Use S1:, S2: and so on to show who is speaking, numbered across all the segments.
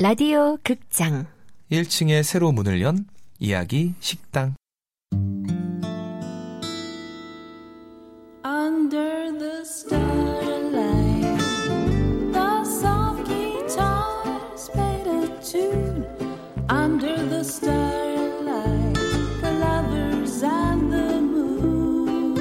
S1: 라디오 극장
S2: 1층에 새로 문을 연 이야기 식당.
S3: Under the starlight, the soft guitars made a tune. Under the starlight, the lovers and the moon.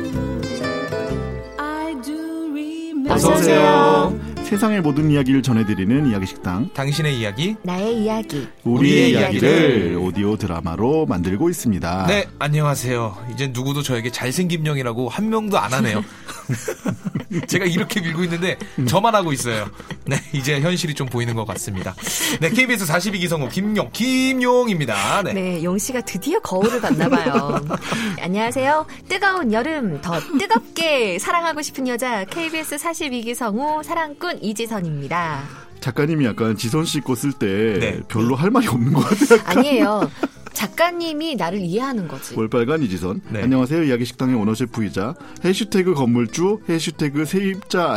S3: I do remember.
S2: 오세요.
S4: 세상의 모든 이야기를 전해드리는 이야기식당
S2: 당신의 이야기.
S1: 나의 이야기
S2: 우리의 이야기를
S4: 오디오 드라마로 만들고 있습니다.
S2: 네, 안녕하세요. 이제 누구도 저에게 잘생김 형이라고 한 명도 안 하네요. 제가 이렇게 밀고 있는데 저만 하고 있어요. 네, 이제 현실이 좀 보이는 것 같습니다. 네, KBS 42기 성우 김용 김용입니다. 네.
S1: 네, 용 씨가 드디어 거울을 봤나 봐요. 안녕하세요. 뜨거운 여름 더 뜨겁게 사랑하고 싶은 여자 KBS 42기 성우 사랑꾼 이지선입니다.
S4: 작가님이 약간 지선 씨 거 쓸 때
S2: 네.
S4: 별로 할 말이 없는 것 같아요.
S1: 아니에요. 작가님이 나를 이해하는 거지.
S4: 월빨간 이지선.
S2: 네.
S4: 안녕하세요. 이야기식당의 오너 셰프이자 해시태그 건물주 해시태그 세입자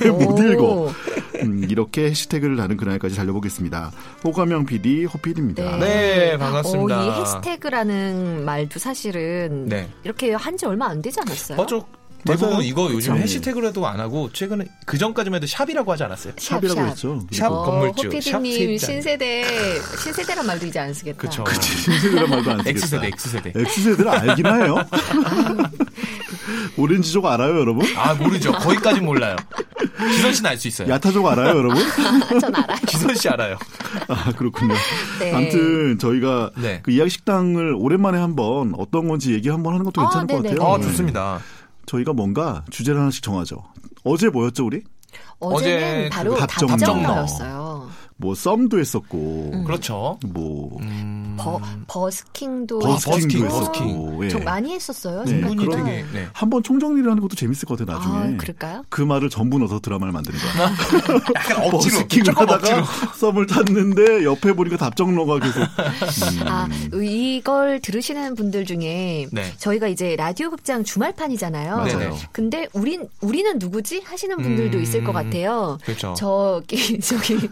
S4: 안녕왜 못 읽어.
S1: 오,
S4: 음, 이렇게 해시태그를 다는 그날까지 달려보겠습니다. 호감형 PD 호필입니다.
S2: 네, 반갑습니다.
S1: 어, 이 해시태그라는 말도 사실은
S2: 네.
S1: 이렇게 한 지 얼마 안 되지 않았어요?
S2: 맞아. 대부분
S4: 맞아요. 그렇죠.
S2: 이거 요즘
S4: 그쵸.
S2: 해시태그라도 안 하고 최근에 그 전까지만 해도 샵이라고 하지 않았어요?
S4: 샵이라고 했죠.
S2: 샵
S1: 어,
S2: 건물주, 샵
S1: 호피디님
S2: 세입자.
S1: 신세대 신세대란 말도 이제 안 쓰겠다.
S4: 그렇죠.
S2: 아, 그쵸.
S4: 신세대란 말도 안 쓰겠다.
S2: X세대, X세대.
S4: X세대를 알긴 해요. 오렌지족 알아요, 여러분?
S2: 아 모르죠. 거기까진 몰라요. 기선 씨는 알 수 있어요.
S4: 야타족 알아요, 여러분?
S1: 전 알아요.
S2: 기선 씨 알아요.
S4: 아, 그렇군요.
S1: 네.
S4: 아무튼 저희가
S2: 네.
S4: 그 이야기 식당을 오랜만에 한번 어떤 건지 얘기 한번 하는 것도
S1: 아,
S4: 괜찮을 것
S1: 네네.
S4: 같아요. 네.
S2: 아 좋습니다.
S4: 저희가 뭔가 주제를 하나씩 정하죠. 어제 뭐였죠, 우리?
S1: 어제는
S2: 어제
S1: 바로
S4: 그 답정러.
S1: 답정러였어요.
S4: 뭐 썸도 했었고,
S2: 그렇죠.
S4: 뭐
S2: 음... 아,
S1: 버, 버스킹도
S2: 버스킹, 버스킹.
S4: 버스킹도 했었고, 예.
S1: 좀 많이 했었어요.
S4: 네,
S2: 분이
S1: 생각보다.
S4: 그런-
S2: 되게 네.
S4: 한번 총정리를 하는 것도 재밌을 것 같아요, 나중에.
S1: 아, 그럴까요?
S4: 그 말을 전부 넣어서 드라마를 만드는 거야.
S2: 약간 아, 억지로
S4: 버스킹을
S2: 조금
S4: 하다가
S2: 억지로.
S4: 썸을 탔는데 옆에 보니까 답정러가 계속 음,
S1: 아, 이걸 들으시는 분들 중에
S2: 네.
S1: 저희가 이제 라디오 극장 주말판이잖아요. 네.
S2: 맞아요.
S1: 근데 우린 우리는 누구지 하시는 분들도
S2: 음.
S1: 있을 것 같아요.
S2: 그렇죠.
S1: 저기 저기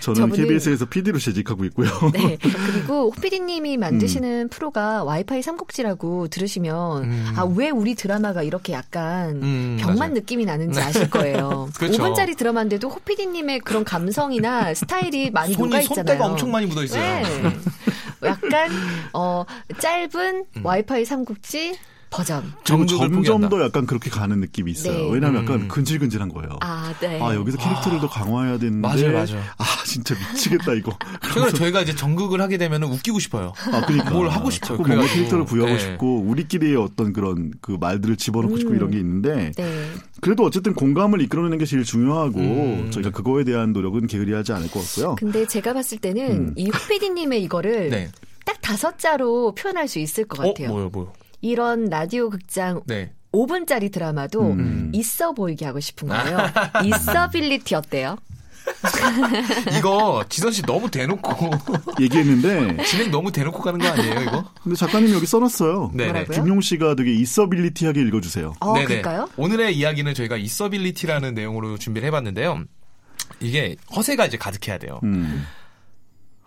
S4: 저는
S1: 저분은-
S4: KBS에서 PD로 재직하고 있고요.
S1: 네. 그리고 호피디님이 만드시는 프로가 와이파이 삼국지라고 들으시면
S2: 음.
S1: 아 왜 우리 드라마가 이렇게 약간
S2: 음,
S1: 병만
S2: 맞아요. 네.
S1: 느낌이 나는지 아실 거예요.
S2: 그렇죠.
S1: 5분짜리 드라마인데도 호피디님의 그런 감성이나 스타일이 많이 녹아
S2: 손이
S1: 있잖아요.
S2: 손때가 엄청 많이 묻어 있어요.
S1: 네. 약간 어 짧은
S2: 음.
S1: 와이파이 삼국지 버전.
S4: 그리고
S2: 정극을
S4: 점점
S2: 포기한다.
S4: 더 약간 그렇게 가는 느낌이 있어요.
S1: 네.
S4: 왜냐하면
S2: 음.
S4: 약간 근질근질한 거예요.
S1: 아,
S4: 아,
S1: 네.
S4: 여기서 캐릭터를 더 강화해야 되는데
S2: 맞아요, 맞아요.
S4: 아, 진짜 미치겠다 이거.
S2: 최근에 저희가 이제 정극을 하게 되면 웃기고 싶어요.
S4: 아, 그러니까
S2: 뭘 하고 싶어요.
S4: 자꾸 뭔가
S2: 그래가지고.
S4: 캐릭터를 부여하고
S2: 네.
S4: 싶고 우리끼리의 어떤 그런 그 말들을 집어넣고 싶고 이런 게 있는데
S1: 음. 네.
S4: 그래도 어쨌든 공감을 이끌어내는 게 제일 중요하고
S2: 음.
S4: 저희가 그거에 대한 노력은 게으리하지 않을 것 같고요.
S1: 근데 제가 봤을 때는 이 호피디님의 이거를
S2: 음. 네.
S1: 딱 다섯 자로 표현할 수 있을 것
S2: 어
S1: 같아요.
S2: 뭐요 뭐요.
S1: 이런 라디오 극장
S2: 네.
S1: 5분짜리 드라마도
S4: 음.
S1: 있어 보이게 하고 싶은 거예요. 있어빌리티 어때요?
S2: 이거 지선 씨 너무 대놓고
S1: 그
S4: 얘기했는데
S2: 진행 너무 대놓고 가는 거 아니에요 이거?
S4: 근데 작가님이 여기 써놨어요.
S2: 네.
S1: 뭐라고요?
S4: 김용 씨가 되게 있어빌리티하게 읽어주세요.
S1: 어,
S2: 네네.
S1: 그럴까요?
S2: 오늘의 이야기는 저희가 있어빌리티라는 내용으로 준비를 해봤는데요. 이게 허세가 이제 가득해야 돼요.
S4: 음.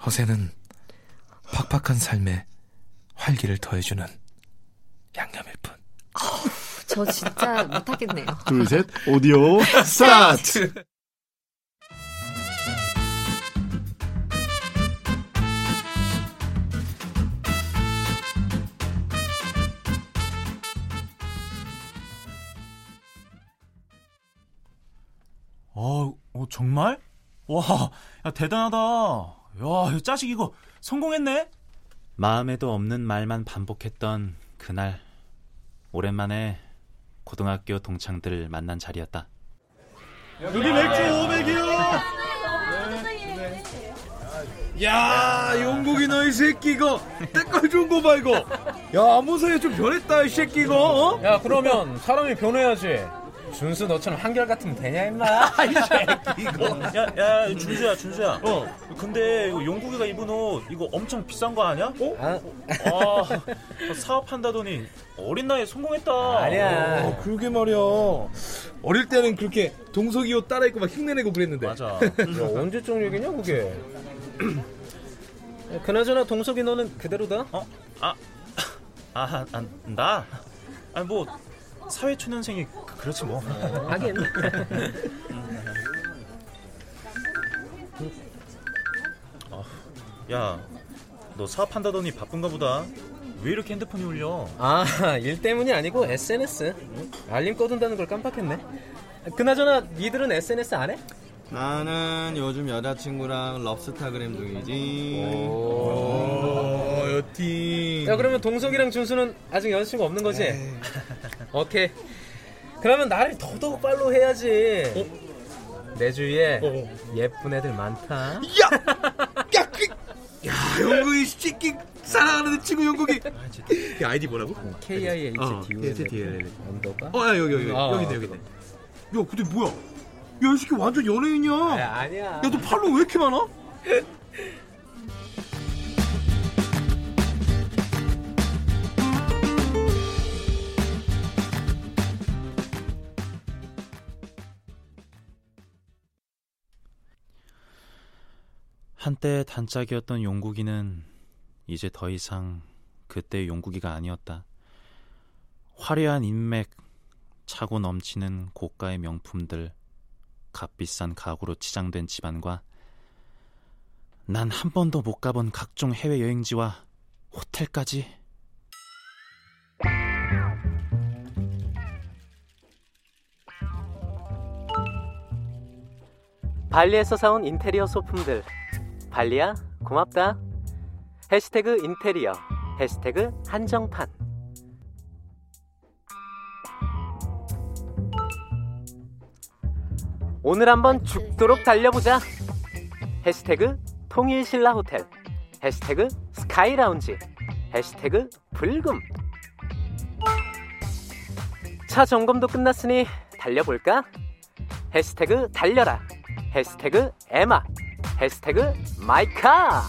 S2: 허세는 팍팍한 삶에 활기를 더해주는 양념일 뿐.
S1: 저 진짜 못하겠네요.
S4: 둘, 셋, 오디오, 스타트!
S5: 어, 어, 정말? 와, 야, 대단하다. 야, 이 짜식 이거 성공했네?
S6: 마음에도 없는 말만 반복했던 그날 오랜만에 고등학교 동창들을 만난 자리였다.
S5: 여기 맥주 500이요! 야, 용국이 너 이 새끼 이거 때깔 좋은 거 봐 이거. 야, 아무 사이에 좀 변했다 이 새끼 이거. 어?
S7: 야 그러면 사람이 변해야지 준수 너처럼 한결 같으면 되냐 임마
S5: 아, 야, 야, 준수야, 준수야. 어. 근데 이거 용국이가 입은 옷 이거 엄청 비싼 거 아니야? 어? 아, 사업한다더니 어린 나이에 성공했다.
S7: 아니야
S8: 그러게 말이야.
S5: 어릴 때는 그렇게 동석이 옷 따라 입고 막 흉내내고
S2: 네.
S5: 그랬는데.
S7: 맞아. 야, 언제쯤 얘기냐 그게? 야, 그나저나 동석이 너는 그대로다.
S6: 어? 아, 아, 아, 나? 아니 뭐 사회초년생이 그- 그렇지 뭐.
S7: 하긴.
S6: 아, 야, 너 사업한다더니 바쁜가 보다. 왜 이렇게 핸드폰이 울려?
S7: 아, 일 때문이 아니고 SNS. 알림 꺼둔다는 걸 깜빡했네. 그나저나 니들은 SNS 안 해?
S8: 나는 요즘 여자친구랑 럽스타그램 중이지.
S5: 어, 여티.
S7: 야 그러면 동석이랑 준수는 아직 여자친구 없는 거지?
S8: 네.
S7: 오케이 그러면 나를 더더욱 팔로우 해야지 내 주위에 예쁜 애들 많다
S5: 그, 아, 영국이 새끼 사랑하는 친구 영국이. 야, 아이디 뭐라고?
S7: KIHTULL 언더바?
S5: 어, 야, 여기 여기
S7: 어,
S5: 여기 있네 여기 있네. 야, 근데 뭐야? 야, 이 새끼 완전 연예인이야.
S7: 야
S5: 야,
S7: 아니야
S5: 너 팔로우 왜 이렇게 많아?
S6: 한때 단짝이었던 용국이는 이제 더 이상 그때 용국이가 아니었다. 화려한 인맥, 차고 넘치는 고가의 명품들, 값비싼 가구로 치장된 집안과 난 한 번도 못 가본 각종 해외 여행지와 호텔까지
S7: 발리에서 사온 인테리어 소품들 발리야 고맙다 해시태그 인테리어 해시태그 한정판 오늘 한번 죽도록 달려보자 해시태그 통일신라 호텔 해시태그 스카이라운지 해시태그 불금 차 점검도 끝났으니 달려볼까? 해시태그 달려라 해시태그 에마 해시태그 마이카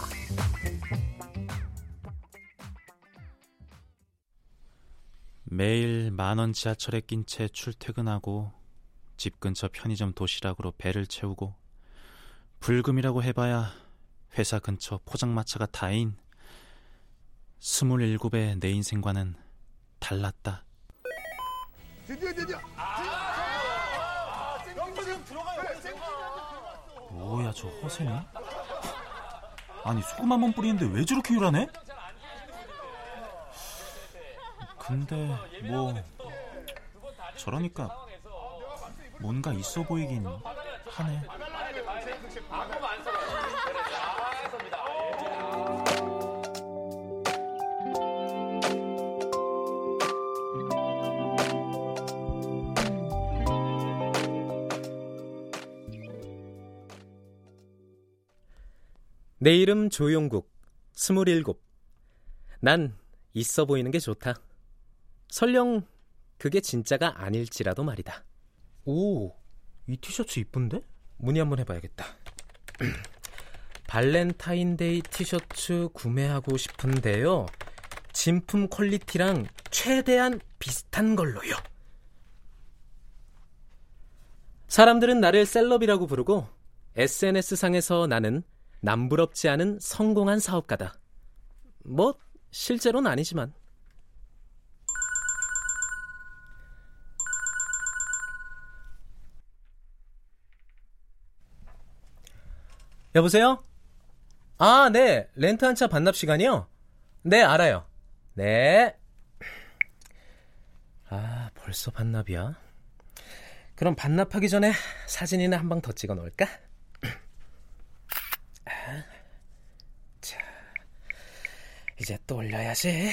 S6: 매일 만원 지하철에 낀 채 출퇴근하고 집 근처 편의점 도시락으로 배를 채우고 불금이라고 해봐야 회사 근처 포장마차가 다인 27의 내 인생과는 달랐다. 뭐야 저 허세는? 아니 소금 한 번 뿌리는데 왜 저렇게 유라네? 근데 뭐 저러니까 뭔가 있어 보이긴 하네.
S7: 내 이름 조용국 스물일곱 난 있어 보이는 게 좋다 설령 그게 진짜가 아닐지라도 말이다 오 이 티셔츠 이쁜데? 문의 한번 해봐야겠다 발렌타인데이 티셔츠 구매하고 싶은데요 진품 퀄리티랑 최대한 비슷한 걸로요 사람들은 나를 셀럽이라고 부르고 SNS상에서 나는 남부럽지 않은 성공한 사업가다. 뭐 실제로는 아니지만. 여보세요? 아, 네. 렌트 한 차 반납 시간이요? 네, 알아요. 네. 아, 벌써 반납이야? 그럼 반납하기 전에 사진이나 한 방 더 찍어 놓을까? 이제 또 올려야지.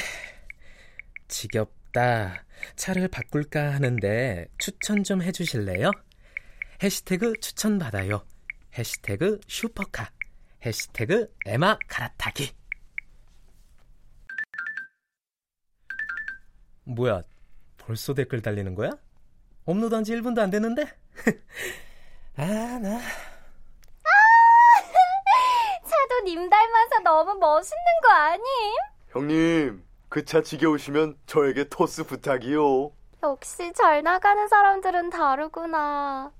S7: 지겹다. 차를 바꿀까 하는데 추천 좀 해주실래요? 해시태그 추천 받아요. 해시태그 슈퍼카. 해시태그 에마 갈아타기. 뭐야, 벌써 댓글 달리는 거야? 업로드한 지 1분도 안 됐는데? 아, 나.
S9: 차도 님 닮아서 너무 멋있는 거 아님?
S4: 형님, 그 차 지겨우시면 저에게 토스 부탁이요.
S9: 역시 잘 나가는 사람들은 다르구나.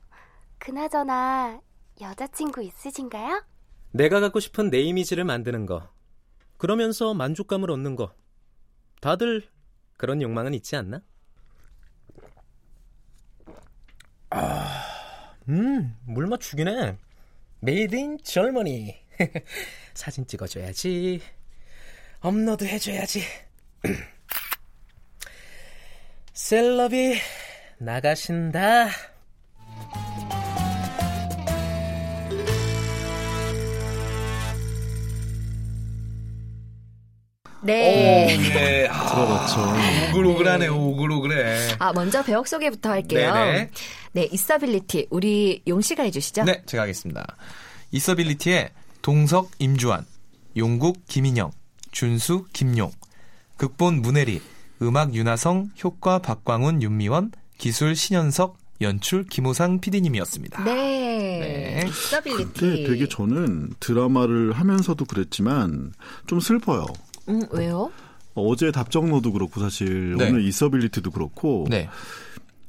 S9: 그나저나 여자친구 있으신가요?
S7: 내가 갖고 싶은 내 이미지를 만드는 거. 그러면서 만족감을 얻는 거. 다들 그런 욕망은 있지 않나? 아, 음, 물 맞추기네. Made in Germany. 사진 찍어줘야지. 업로드 해줘야지. 셀럽이 나가신다.
S1: 네.
S2: 네. 아,
S4: 들어봤죠.
S2: 오글오글하네, 오글오글해.
S1: 아, 먼저 배역 소개부터 할게요.
S2: 네네.
S1: 네, 이사빌리티. 우리 용씨가 해주시죠.
S2: 네, 제가 하겠습니다. 이서빌리티의 동석 임주환, 용국 김인영, 준수 김용, 극본 문혜리, 음악 윤하성, 효과 박광훈, 윤미원, 기술 신현석, 연출 김호상 PD님이었습니다.
S1: 네.
S2: 네.
S1: 이사빌리티.
S4: 근데 되게 저는 드라마를 하면서도 그랬지만 좀 슬퍼요.
S1: 음, 왜요?
S4: 어제 답정로도 그렇고 사실
S2: 네.
S4: 오늘 이서빌리티도 그렇고
S2: 네.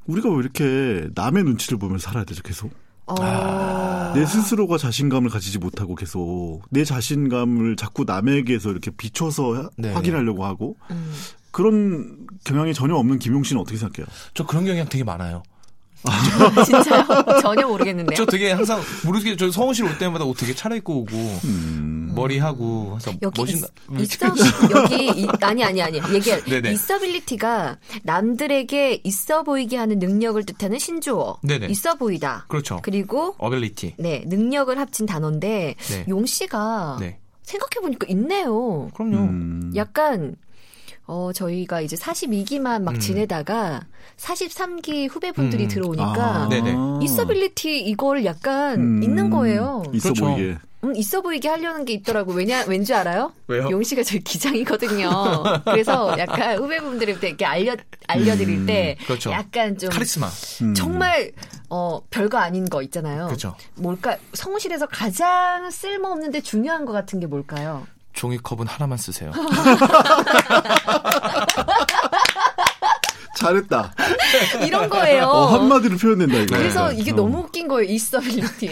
S4: 우리가 왜 이렇게 남의 눈치를 보면 살아야 되죠 계속
S1: 어,
S2: 아.
S4: 내 스스로가 자신감을 가지지 못하고 계속 내 자신감을 자꾸 남에게서 이렇게 비춰서 하-
S2: 네.
S4: 확인하려고 하고
S1: 음.
S4: 그런 경향이 전혀 없는 김용 씨는 어떻게 생각해요?
S2: 저 그런 경향 되게 많아요.
S1: 진짜요? 전혀 모르겠는데요.
S2: 저 되게 항상 모르게 저 성우실 올 때마다 옷 되게 차려입고 오고 머리하고 해서
S1: 여기
S2: 멋있나
S1: 있, 있어 여기 이, 아니 아니 아니 얘기할
S2: 네네.
S1: 있어빌리티가 남들에게 있어 보이게 하는 능력을 뜻하는 신조어
S2: 네네.
S1: 있어 보이다
S2: 그렇죠.
S1: 그리고
S2: 어빌리티.
S1: 네 능력을 합친 단어인데
S2: 네.
S1: 용 씨가
S2: 네.
S1: 생각해 보니까 있네요
S2: 그럼요.
S4: 음,
S1: 약간 어 저희가 이제 42기만 막
S2: 음.
S1: 지내다가 43기 후배분들이
S2: 음, 음.
S1: 들어오니까
S2: 네. 네네.
S4: 아.
S1: 있어빌리티 이걸 약간
S4: 음,
S1: 있는 거예요.
S4: 있어
S2: 그렇죠.
S4: 보이게.
S1: 음, 있어 보이게 하려는 게 있더라고. 왜냐, 왠지 알아요?
S2: 왜요?
S1: 용 씨가 저희 기장이거든요. 그래서 약간 후배분들한테 이렇게 알려, 알려드릴 때.
S2: 그렇죠.
S1: 약간 좀.
S2: 카리스마.
S4: 음.
S1: 정말, 어, 별거 아닌 거 있잖아요.
S2: 그렇죠.
S1: 뭘까, 성우실에서 가장 쓸모없는데 중요한 거 같은 게 뭘까요?
S2: 종이컵은 하나만 쓰세요.
S4: 잘했다.
S1: 이런 거예요.
S4: 어, 한마디로 표현된다 이거.
S1: 그래서
S4: 네.
S1: 이게
S4: 어.
S1: 너무 웃긴 거예요, 이스터빌리티.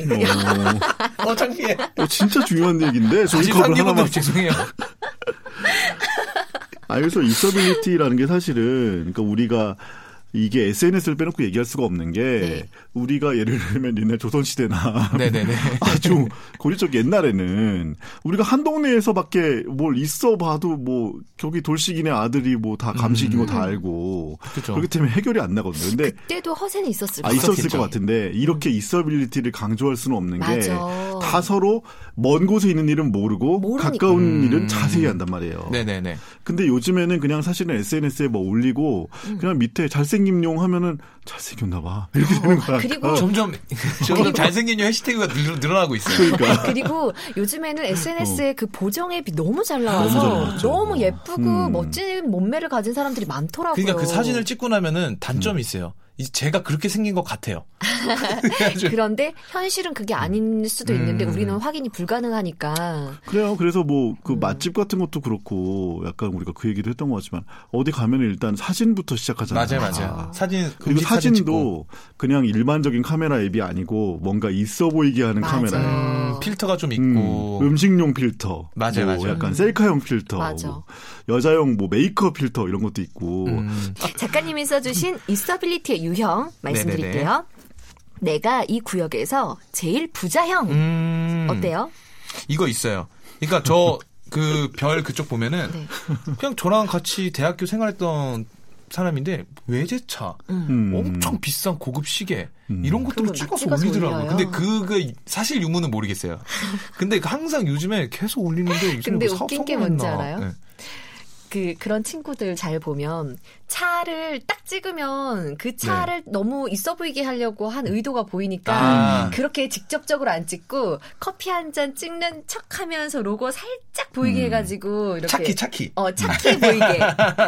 S4: 어,
S2: 어, 창피해.
S4: 어, 진짜 중요한 얘기인데 저희 컵을
S2: 43개분들
S4: 하나만.
S2: 죄송해요.
S4: 아 그래서 이서빌리티라는 게 사실은 그러니까 우리가 이게 SNS를 빼놓고 얘기할 수가 없는 게
S1: 네.
S4: 우리가 예를 들면 옛날 조선시대나
S2: 네네네.
S4: 아주 고리적 옛날에는 우리가 한 동네에서밖에 뭘 있어 봐도 뭐 저기 돌식이네 아들이 뭐 다 감식이고 다 알고
S2: 음. 그죠.
S4: 그렇기 때문에 해결이 안 나거든요. 근데
S1: 때도 허세는 있었을
S4: 아
S1: 것 같아요.
S4: 있었을 것 같은데 이렇게 이서빌리티를 강조할 수는 없는 게
S1: 맞아.
S4: 다 서로 먼 곳에 있는 일은 모르고
S1: 모르니까.
S4: 가까운
S2: 음.
S4: 일은 자세히 한단 말이에요.
S2: 네네네.
S4: 근데 요즘에는 그냥 사실은 SNS에 뭐 올리고 그냥 밑에 잘생김용 하면은 잘생겼나 봐 이렇게 되는 거야.
S1: 그리고
S4: 어,
S2: 점점, 점점 잘생긴 요 해시태그가 늘, 늘어나고 있어요.
S4: 그러니까
S1: 그리고 요즘에는 SNS에 그 보정 앱이 너무 잘 나와서
S4: 어. 너무 잘
S1: 너무,
S4: 나왔죠.
S1: 예쁘고
S4: 음.
S1: 멋진 몸매를 가진 사람들이 많더라고요.
S2: 그러니까
S4: 어.
S2: 그 사진을 찍고 나면은
S4: 음.
S2: 단점이 있어요. 이제 제가 그렇게 생긴 것 같아요. 그래가지고
S1: 그런데 현실은 그게 아닐 수도 있는데
S2: 음.
S1: 우리는 확인이 불가능하니까
S4: 그래요. 그래서 뭐 그 맛집 같은 것도 그렇고 약간 우리가 그 얘기도 했던 것 같지만 어디 가면 일단 사진부터 시작하잖아요.
S2: 맞아요, 맞아요. 사진,
S4: 그리고
S2: 음식 사진 찍고.
S4: 사진도 그냥 일반적인 카메라 앱이 아니고 뭔가 있어 보이게 하는
S1: 맞아.
S4: 카메라예요.
S2: 음, 필터가 좀
S4: 음,
S2: 있고.
S4: 음식용 필터,
S2: 뭐 맞아요,
S4: 뭐
S2: 맞아요.
S4: 약간 셀카용 필터,
S1: 맞아.
S4: 뭐 여자용 뭐 메이크업 필터 이런 것도 있고
S2: 음.
S1: 작가님이 써주신 이서빌리티의 유형 말씀드릴게요. 내가 이 구역에서 제일 부자형
S2: 음.
S1: 어때요?
S2: 이거 있어요. 그러니까 저 그 별 그쪽 보면은
S1: 네.
S2: 그냥 저랑 같이 대학교 생활했던 사람인데 외제차,
S4: 음.
S2: 엄청 비싼 고급 시계
S4: 음.
S2: 이런 것들을
S1: 그걸
S2: 찍어서
S1: 찍어서
S2: 올리더라고요.
S1: 올려요.
S2: 근데 그게 사실 유무는 모르겠어요. 근데 항상 요즘에 계속 올리는데 요즘에
S1: 근데
S2: 뭐 사업
S1: 웃긴 게
S2: 성공했나.
S1: 뭔지 알아요?
S2: 네.
S1: 그 그런 친구들 잘 보면 차를 딱 찍으면 그 차를 너무 있어 보이게 하려고 한 의도가 보이니까
S2: 네. 아.
S1: 그렇게 직접적으로 안 찍고 커피 한 잔 찍는 척하면서 로고 살짝 보이게 해가지고 이렇게
S2: 음. 차키 차키.
S1: 어 차키 보이게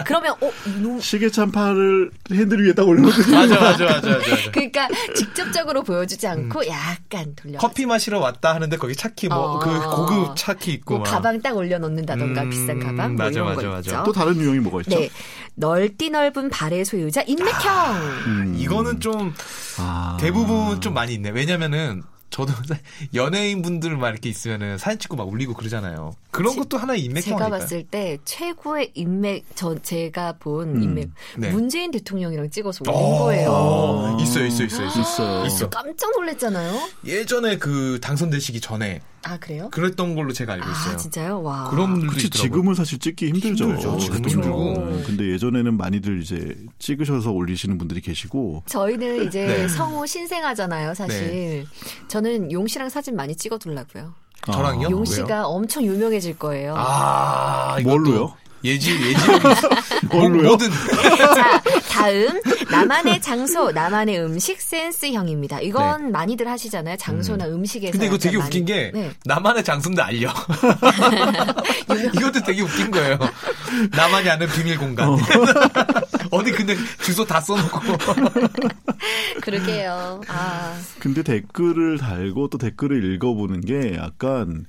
S1: 그러면 어 이놈
S4: 시계 찬파를 핸들 위에다 올려놓고
S2: 맞아 맞아 맞아 맞아. 맞아.
S1: 그러니까 직접적으로 보여주지 않고 약간 돌려
S2: 커피 마시러 왔다 하는데 거기 차키 뭐
S1: 어.
S2: 그 고급 차키 있고
S1: 뭐
S2: 막.
S1: 가방 딱 올려놓는다던가
S2: 음,
S1: 비싼 가방 뭐
S2: 맞아,
S1: 이런
S2: 맞아,
S1: 거
S2: 맞아.
S1: 있죠.
S4: 또 다른 유형이 뭐가 있죠?
S1: 네. 넓디 넓은 발의 소유자
S2: 아,
S1: 인맥형.
S4: 음.
S2: 이거는 좀
S4: 아.
S2: 대부분 좀 많이 있네. 왜냐면은 저도 연예인 분들 막 이렇게 있으면은 사진 찍고 막 올리고 그러잖아요. 그런
S1: 제-
S2: 것도 하나의 인맥형
S1: 제가
S2: 아닐까요?
S1: 봤을 때 최고의 인맥 저 제가 본
S4: 음.
S1: 인맥
S2: 네.
S1: 문재인 대통령이랑 찍어서 올린
S2: 어,
S1: 거예요.
S2: 어, 있어요, 있어요, 있어요. 있어요.
S4: 아. 있어요.
S2: 있어.
S1: 깜짝 놀랐잖아요.
S2: 예전에 그 당선되시기 전에
S1: 아 그래요?
S2: 그랬던 걸로 제가 알고 있어요.
S1: 아 진짜요? 와.
S2: 그런 분들도
S4: 그치
S2: 있더라고요.
S4: 그렇죠. 지금은 사실 찍기 힘들죠.
S2: 힘들죠, 지금은. 네.
S4: 대통령.
S1: 그렇죠.
S4: 근데 예전에는 많이들 이제 찍으셔서 올리시는 분들이 계시고
S1: 저희는 이제
S2: 네.
S1: 성우 신생아잖아요, 사실. 저는 용 씨랑 사진 많이 찍어둘라고요.
S4: 아.
S2: 저랑요?
S1: 용
S2: 왜요?
S1: 씨가 엄청 유명해질 거예요.
S2: 아, 이것도
S4: 뭘로요?
S2: 예지, 예지력이 있어.
S4: 뭘로요?
S2: 뭐든.
S1: 자, 다음 나만의 장소, 나만의 음식 센스 형입니다. 이건 많이들 하시잖아요. 장소나 음. 식에서
S2: 네. 근데 이거 되게 웃긴 게
S1: 네.
S2: 나만의 장소인데 알려. 이것도 되게 웃긴 거예요. 나만이 아는 비밀 공간.
S4: 어.
S2: 어디 근데 주소 다 써놓고.
S1: 그러게요. 아,
S4: 근데 댓글을 달고 또 댓글을 읽어보는 게 약간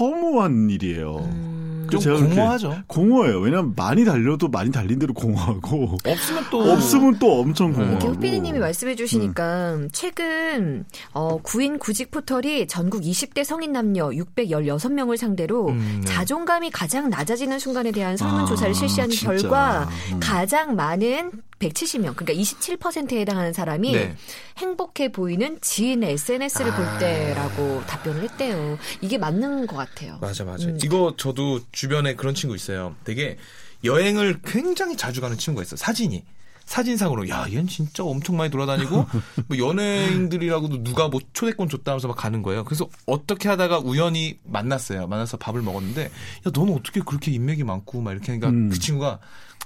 S4: 허무한 일이에요.
S1: 음,
S4: 그 제가 그렇게 공허해요. 왜냐면 많이 달려도 많이 달린 대로 공허하고
S2: 없으면 또
S4: 없으면 또 엄청
S1: 이렇게
S4: 공허하고.
S1: 어. 음, 호피디님이 말씀해 주시니까
S4: 음.
S1: 최근 어, 구인 구직 포털이 전국 20대 성인 남녀 616명을 상대로
S2: 음, 네.
S1: 자존감이 가장 낮아지는 순간에 대한 설문조사를
S4: 아,
S1: 실시한
S4: 진짜.
S1: 결과
S4: 음.
S1: 가장 많은 170명, 그러니까 27%에 해당하는 사람이
S2: 네.
S1: 행복해 보이는 지인의 SNS를
S4: 아.
S1: 볼 때라고 답변을 했대요. 이게 맞는 것 같아요.
S2: 맞아 맞아. 이거 저도 주변에 그런 친구 있어요. 되게 여행을 굉장히 자주 가는 친구가 있어. 요 사진이. 사진상으로 야 얘는 진짜 엄청 많이 돌아다니고 뭐 연예인들이라고도 누가 뭐 초대권 줬다면서 막 가는 거예요. 그래서 어떻게 하다가 우연히 만났어요. 만나서 밥을 먹었는데 야 너는 어떻게 그렇게 인맥이 많고 막 이렇게 하니까 그 친구가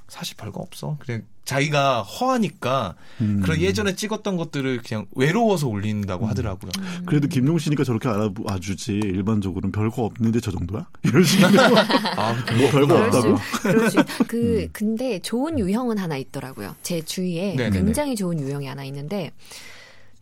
S2: 사실 별거 없어. 그냥 자기가 허하니까 그런 예전에 찍었던 것들을 그냥 외로워서 올린다고 하더라고요.
S4: 그래도 김용씨니까 저렇게 알아주지 일반적으로는 별거 없는데 저 정도야? 이런 식으로
S2: 아,
S4: 뭐 별거
S1: 그럴 수,
S4: 없다고?
S1: 그럴 수. 그 근데 좋은 유형은 하나 있더라고요. 제 주위에
S2: 음. 네네네.
S1: 굉장히 좋은 유형이 하나 있는데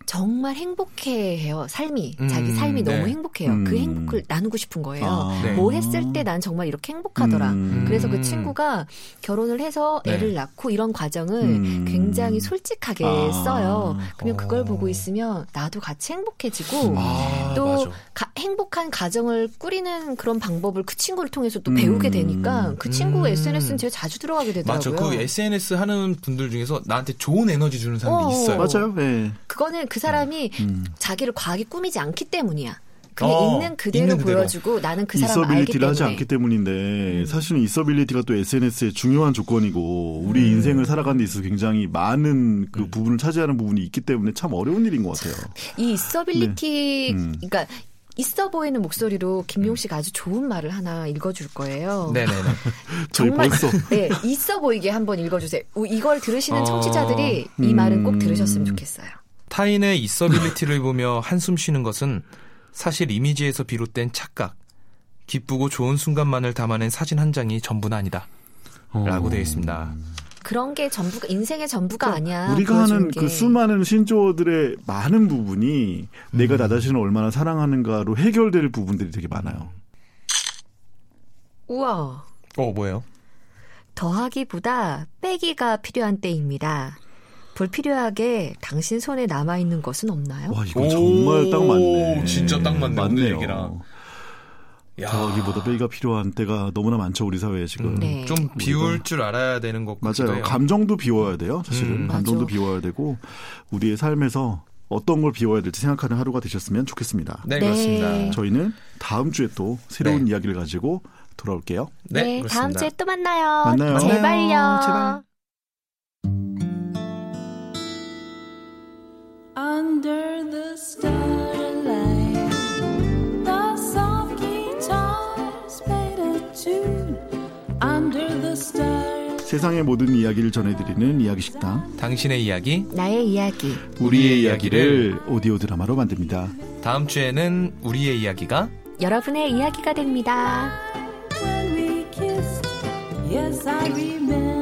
S1: 정말 행복해해요. 삶이
S2: 음,
S1: 자기 삶이
S2: 네.
S1: 너무 행복해요. 그
S4: 음.
S1: 행복을 나누고 싶은 거예요.
S4: 아.
S2: 네.
S1: 뭘뭐 했을 때 난 정말 이렇게 행복하더라.
S4: 음.
S1: 그래서 그
S2: 음.
S1: 친구가 결혼을 해서
S2: 네.
S1: 애를 낳고 이런 과정을
S4: 음.
S1: 굉장히 솔직하게
S4: 아.
S1: 써요. 그러면
S2: 어.
S1: 그걸 보고 있으면 나도 같이 행복해지고
S2: 아,
S1: 또
S6: 맞아.
S1: 가- 행복한 가정을 꾸리는 그런 방법을 그 친구를 통해서
S4: 음.
S1: 또 배우게 되니까 그 친구
S2: 음.
S1: SNS는 제가 자주 들어가게
S2: 맞죠.
S1: 되더라고요.
S2: 그 SNS 하는 분들 중에서 나한테 좋은 에너지 주는 사람이
S1: 어,
S2: 있어요.
S4: 맞아요. 네.
S1: 그거는 그 사람이
S4: 음.
S1: 자기를 과하게 꾸미지 않기 때문이야. 그냥
S2: 어,
S1: 있는 그대로
S2: 있는 그대로.
S1: 보여주고 나는 그 사람 알기
S4: 이서빌리티를
S1: 때문에. 음.
S4: 하지 않기 때문인데 사실은 이서빌리티가 또 SNS의 중요한 조건이고
S1: 음.
S4: 우리 인생을 살아가는 데 있어서 굉장히 많은 그 부분을 차지하는 부분이 있기 때문에 참 어려운 일인 것 같아요.
S1: 이 있어빌리티,
S4: 네. 음.
S1: 그러니까 있어 보이는 목소리로 김용 씨가 아주 좋은 말을 하나 읽어줄 거예요.
S2: 네네네.
S4: 저희 벌써
S1: 네, 있어 보이게 한번 읽어주세요. 우- 이걸 들으시는
S2: 어,
S1: 청취자들이 이 말은 꼭
S4: 아. 음.
S1: 들으셨으면 좋겠어요.
S2: 타인의 있어빌리티를 보며 한숨 쉬는 것은 사실 이미지에서 비롯된 착각. 기쁘고 좋은 순간만을 담아낸 사진 한 장이 전부는 아니다. 라고 되어 있습니다.
S1: 그런 게 전부가 인생의 전부가 아니야.
S4: 그러니까 우리가
S1: 보여주는
S4: 하는
S1: 게.
S4: 그 수많은 신조어들의 많은 부분이 내가
S1: 음.
S4: 나 자신을 얼마나 사랑하는가로 해결될 부분들이 되게 많아요.
S1: 우와.
S2: 어, 뭐예요?
S1: 더하기보다 빼기가 필요한 때입니다. 불필요하게 당신 손에 남아 있는 것은 없나요?
S4: 와 이거
S2: 오,
S4: 정말 딱 맞네.
S2: 진짜 딱 맞네, 오늘
S4: 맞네요.
S2: 얘기랑. 야. 음,
S4: 저기보다 빼기가 필요한 때가 너무나 많죠 우리 사회에 지금.
S1: 네.
S2: 좀 비울 줄 알아야 되는 것 같기도
S4: 맞아요.
S2: 해요.
S4: 감정도 비워야 돼요. 사실은
S2: 음,
S4: 감정도
S1: 맞아.
S4: 비워야 되고 우리의 삶에서 어떤 걸 비워야 될지 생각하는 하루가 되셨으면 좋겠습니다.
S2: 네,
S1: 네.
S2: 그렇습니다.
S4: 저희는 다음 주에 또 새로운
S2: 네.
S4: 이야기를 가지고 돌아올게요.
S2: 네,
S9: 다음
S2: 그렇습니다.
S9: 주에 또 만나요.
S4: 만나요.
S9: 제발요.
S3: Under the starlight, the soft guitars played a tune. Under the starlight.
S4: 세상의 모든 이야기를 전해드리는 이야기식당
S2: 당신의 이야기.
S1: 나의 이야기.
S4: 우리의 이야기를 오디오 드라마로 만듭니다.
S2: 다음 주에는 우리의 이야기가
S1: 여러분의 이야기가 됩니다.
S3: when we kissed. Yes, I remember.